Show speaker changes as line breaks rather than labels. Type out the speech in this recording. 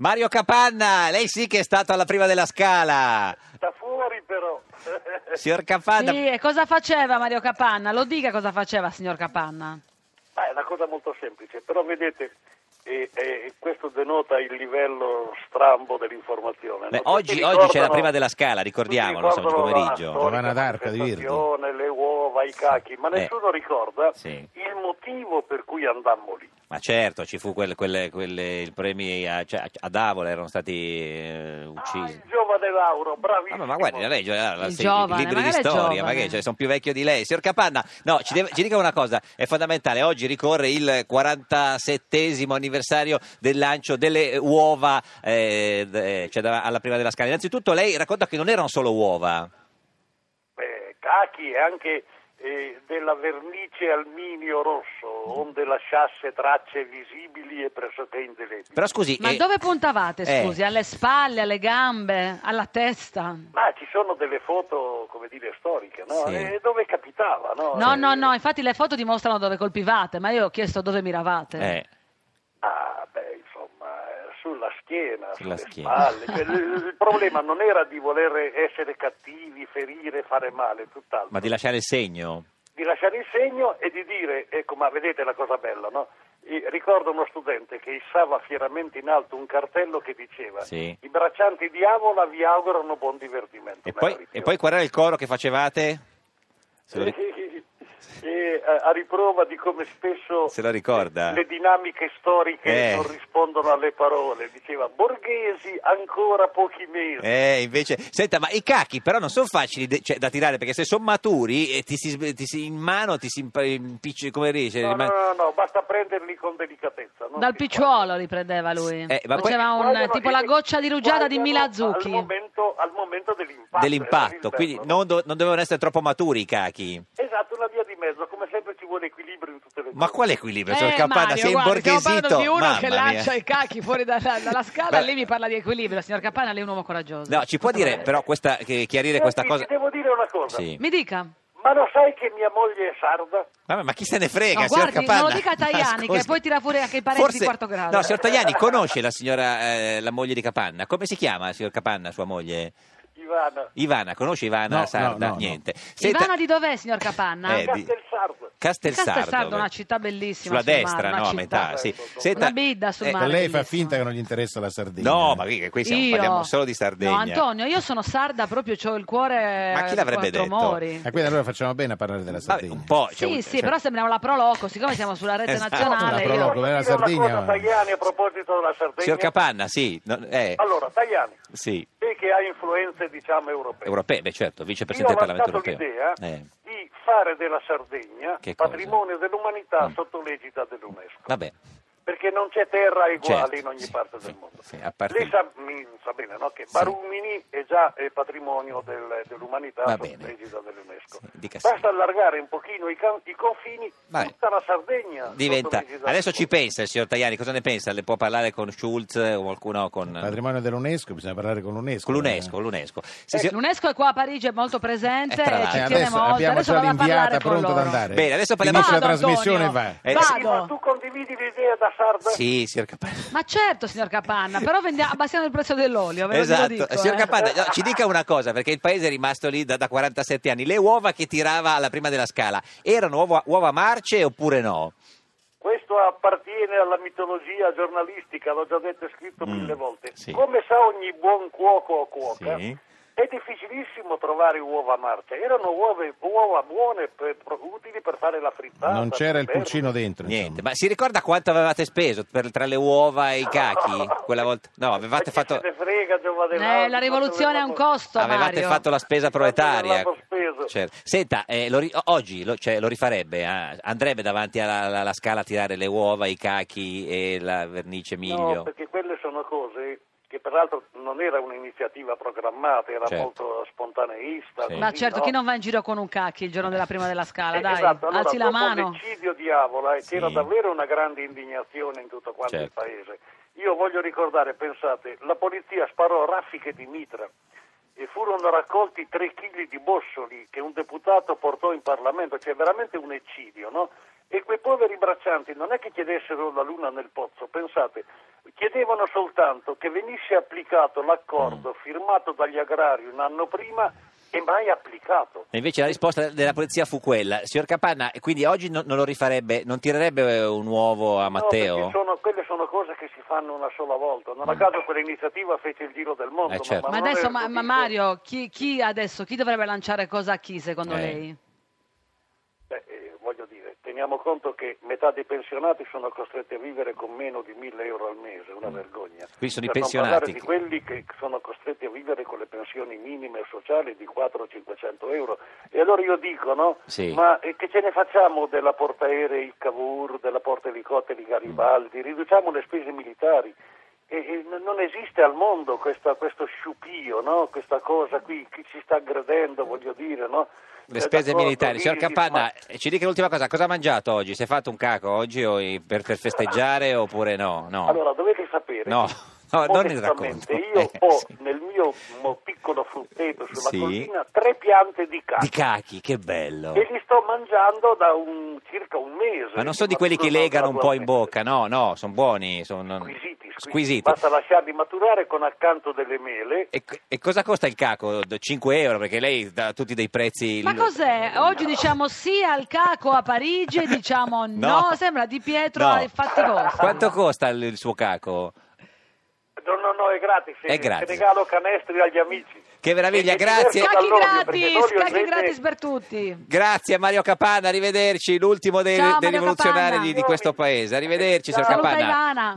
Mario Capanna, lei sì che è stato alla prima della scala.
Sta fuori però.
Signor Capanna,
Sì, e cosa faceva Mario Capanna? Lo dica cosa faceva, signor Capanna.
Ma Ah, è una cosa molto semplice, però vedete, eh, eh, questo denota il livello strambo dell'informazione. no?
Beh,
Tutti
oggi, oggi
ricordano-
c'è la prima della scala, ricordiamolo,
tutti
insomma, oggi
ricordano la
pomeriggio.
storica
Giovanna d'Arco di Virgil.
manifestazione, Le uova, i cachi, ma
Eh.
nessuno ricorda
Sì.
il motivo per cui andammo lì.
Ma certo, ci fu quel, quelle- quelle- il premio a, cioè, a Davola, erano stati eh,
Ah,
uccisi.
il giovane Lauro, bravissimo.
Ah, ma- ma guardi, lei la, la,
Il
sì,
giovane,
i libri di
magari è
storia, ma
giovane. eh.
che cioè, sono più vecchio di lei. Signor Capanna, no, ci, deve- ci dica una cosa, è fondamentale, oggi ricorre il 47 anniversario del lancio delle uova eh, d- cioè, da- alla prima della scala. Innanzitutto lei racconta che non erano solo uova.
Eh, cachi e anche eh, della vernice alminio rosso, onde lasciasse tracce visibili e pressoché indelebili.
Però scusi,
Ma
eh,
dove puntavate,
eh.
scusi? Alle spalle, alle gambe, alla testa?
Ma ci sono delle foto, come dire, storiche, no?
Sì.
E dove capitava, no?
No,
Eh,
no, no, infatti le foto dimostrano dove colpivate, ma io ho chiesto dove miravate.
eh,
Ah, beh, insomma, eh, sulla schiena,
Sulla
sulle
schiena.
spalle. Cioè, il il problema non era di voler essere cattivi, ferire, fare male, tutt'altro.
ma di lasciare il segno.
di lasciare il segno e di dire, ecco, ma vedete la cosa bella, no? Eh, Ricordo uno studente che issava fieramente in alto un cartello che diceva
Sì.
i braccianti di Avola vi augurano buon divertimento.
E
Bella
poi,
riprova.
e poi qual era il coro che facevate? Se lo ric-
E eh, a, a riprova di come spesso
Se lo ricorda?
le dinamiche storiche
Eh.
non rispondono alle parole, diceva borghesi ancora pochi mesi.
Eh, invece, senta, ma i cacchi però non sono facili de- cioè, da tirare perché se sono maturi eh, ti si, sb- ti si- in mano ti si imp- impicci come dice.
No, no,
cioè, ma-
no, no, basta prenderli con delicatezza. non
Dal
si
picciuolo li prendeva lui.
Eh, ma poi-
Faceva un,
Guardano
tipo
e
la goccia di rugiada di
guardano
Milazucchi.
Al momento, al momento dell'impatto. eh,
dell'impatto,
era
quindi
l'interno.
non, do- non dovevano essere troppo maturi i cacchi.
Esatto, una via di mezzo, come sempre ci vuole equilibrio in tutte le
Ma
cose.
quale equilibrio?
Eh,
Signor Campana,
Mario,
si è
guardi, stiamo parlando
imborghesito.
di uno che
Mamma mia.
lancia i cacchi fuori dalla, dalla scala,
Vabbè.
lei mi parla di equilibrio. Signor Capanna, lei è un uomo coraggioso.
No, ci può dire però questa, che- chiarire
Senti,
questa
ti
cosa?
Eh, devo dire una cosa.
Sì.
Mi dica.
Ma lo sai che mia moglie è sarda?
Vabbè, ma chi se ne frega,
No,
signor
guardi,
Capanna?
non lo dica a Tajani,
Ma scusi.
che poi tira fuori anche i parenti di
Forse-
quarto grado.
No, signor Tajani, conosce la signora, eh, la moglie di Capanna. Come si chiama, signor Capanna, sua moglie?
Ivana.
Ivana, conosce Ivana
No,
Sarda?
no, no, no.
Niente. Senta-
Ivana di dov'è, signor Capanna?
Eh, di-
Castelsardo.
Castelsardo.
Castelsardo, una
beh.
città bellissima
Sulla
sul
destra,
mare, una
no, a
città.
metà, sì. eh,
Una
bidda sul
Ma
mare.
lei fa
Bellissimo.
finta che non gli interessa la Sardegna.
No, ma qui, qui siamo,
Io-
parliamo solo di Sardegna.
No, Antonio, io sono sarda, proprio ho il cuore
Ma chi
eh,
l'avrebbe
quattro
detto?
Mori.
E quindi allora facciamo bene a parlare della
Vabbè,
Sardegna.
un po'. c'è
Sì,
un-
sì,
cioè-
però sembriamo la Proloco, siccome siamo sulla rete
Esatto.
nazionale.
La
io-
Proloco. come era la
Posso dire
Sardegna,
Una cosa,
ma-
Tajani, a proposito della Sardegna.
Signor Capanna, sì. no, eh,
Allora, Tajani,
sì.
te che ha influenze, diciamo, europee.
Europeo, beh certo,
Io ho
vicepresidente del Parlamento
avanzato
Europeo.
l'idea
Eh,
di fare della Sardegna
Che cosa?
patrimonio dell'umanità
Mm.
sotto l'egida dell'UNESCO.
Vabbè,
perché non c'è terra uguale
Certo,
in ogni
sì,
parte
sì,
del mondo.
sì, a parte-
Lei sa, mi- sa bene no, che
Sì.
Barumini è già eh, patrimonio del- dell'umanità
Va
sotto
bene.
l'egida dell'UNESco.
Sì, dica sì.
Basta allargare un pochino i, can- i confini,
Vai.
tutta la Sardegna sotto
diventa...
l'egida
Adesso ci
dell'UNESCO.
pensa il signor Tajani, cosa ne pensa? Le può parlare con Schulz o qualcuno con...
Patrimonio dell'UNESCO, bisogna parlare con
eh.
l'UNESCO.
Con
eh.
l'UNESCO, con l'UNESCO. Sì,
Eh,
signor-
L'UNESCO è qua a Parigi, è molto presente,
Eh, tra
e
l'altro.
Eh,
ci tiene
adesso
molto.
abbiamo
adesso
già
vado a parlare
l'inviata
con
pronta ad
loro.
andare.
Bene, adesso parliamo-
Finisce la
Vado,
trasmissione
Antonio.
va.
Eh,
Vado.
Sì, ma tu condividi l'idea da Sarda?
Sì, signor Capanna.
Ma certo, signor Capanna, però vendia- abbassiamo il prezzo dell'olio, ve lo ve lo
Esatto,
dico,
signor
eh.
Capanna, no, ci dica una cosa, perché il paese è rimasto lì da, da 47 anni. Le uova che tirava alla prima della scala erano uova, uova marce oppure no?
Questo appartiene alla mitologia giornalistica, l'ho già detto e scritto
Mm,
mille volte.
sì.
Come sa ogni buon cuoco o cuoca,
Sì.
è difficilissimo trovare uova marce. Erano uova, uova buone, per- pro- utili per fare la
Eh,
frittata.
Non c'era il
per-
pulcino dentro.
Niente,
insomma.
ma si ricorda quanto avevate speso per, tra le uova e i cachi? Quella volta? No, avevate
Ma chi
fatto,
se ne frega, Giovanni
Eh,
Lauro,
la rivoluzione ha un
quanto
costo,
avevate
Mario.
fatto la spesa
Quanto
proletaria.
avevamo speso?
Certo. Senta, eh, lo ri- o- oggi lo, cioè, lo rifarebbe, ah, andrebbe davanti alla, alla- alla scala a tirare le uova, i cachi e la vernice miglio?
No, perché quelle sono cose che peraltro non era un'iniziativa programmata, era
Certo.
molto spontaneista.
Sì.
Ma
così,
certo,
no?
chi non va in giro con un cacchi il giorno della prima della scala,
Eh,
dai,
esatto, allora,
alzi la
dopo
mano.
l'eccidio di Avola, eh,
Sì.
c'era davvero una grande indignazione in tutto quanto il
Certo.
paese. Io voglio ricordare, pensate, la polizia sparò raffiche di mitra e furono raccolti 3 kg di bossoli che un deputato portò in Parlamento, cioè veramente un eccidio, no? E quei poveri braccianti non è che chiedessero la luna nel pozzo, pensate, chiedevano soltanto che venisse applicato l'accordo
Mm.
firmato dagli agrari un anno prima e mai applicato.
E invece la risposta della polizia fu quella. Signor Capanna, quindi oggi non, non lo rifarebbe, non tirerebbe eh, un uovo a Matteo? Mm.
No, perché sono- quelle sono cose che si fanno una sola volta. Non a caso quell'iniziativa fece il giro del mondo.
Eh, certo.
Ma
non
adesso,
è
ma- ma
così.
Mario, chi, chi adesso, chi dovrebbe lanciare cosa a chi secondo
Eh.
lei?
Beh, eh, voglio dire, teniamo conto che metà dei pensionati sono costretti a vivere con meno di 1000 euro al mese, una vergogna.
Quindi Mm. sono i
Per non
pensionati
parlare di
che-
quelli che sono costretti a vivere con le pensioni minime sociali di 400-500 euro. E allora io dico, no?
Sì.
Ma eh, che ce ne facciamo della portaerei Cavour, della porta elicotteri
Mm.
Garibaldi? Riduciamo le spese militari. E, e n- non esiste al mondo questa- questo sciupio, no? questa cosa qui, chi ci sta aggredendo, voglio dire. No?
Le
Eh,
spese
d'accordo,
militari. Signor
Isis,
Capanna, eh,
ma-
ci dica l'ultima cosa, cosa ha mangiato oggi? Si è fatto un caco oggi o i- per, per festeggiare oppure no? No.
Allora, dovete sapere.
No, no, non il
onestamente,
racconto.
Io
Eh,
ho
sì.
nel mio mo- piccolo frutteto sulla
Sì.
collina tre piante di caca.
Di cachi, che bello.
E li sto mangiando da un- circa un mese.
Ma non sono di quelli che legano un po' in bocca, no, no, sono buoni. Sono
Squisiti, squisiti.
squisiti.
Basta lasciarli maturare con accanto delle mele.
E, e cosa costa il caco? 5 euro? Perché lei dà tutti dei prezzi.
Ma
il-
cos'è? Oggi diciamo sì al caco a Parigi e diciamo no,
No.
sembra Di Pietro
No.
ai fatti vostri.
Quanto costa il, il suo caco?
No, no, no, è gratis. eh.
È gratis.
Regalo canestri agli amici.
Che meraviglia,
E mi
grazie.
diverto
Scacchi
dall'olio, perché
gratis,
l'olio
scacchi
invece-
gratis per tutti.
Grazie a Mario Capanna, arrivederci, l'ultimo dei,
Ciao,
dei
Mario
rivoluzionari
Capanna.
di, di questo paese. Arrivederci, signor
Ciao.
Capanna.
Saluta Ivana.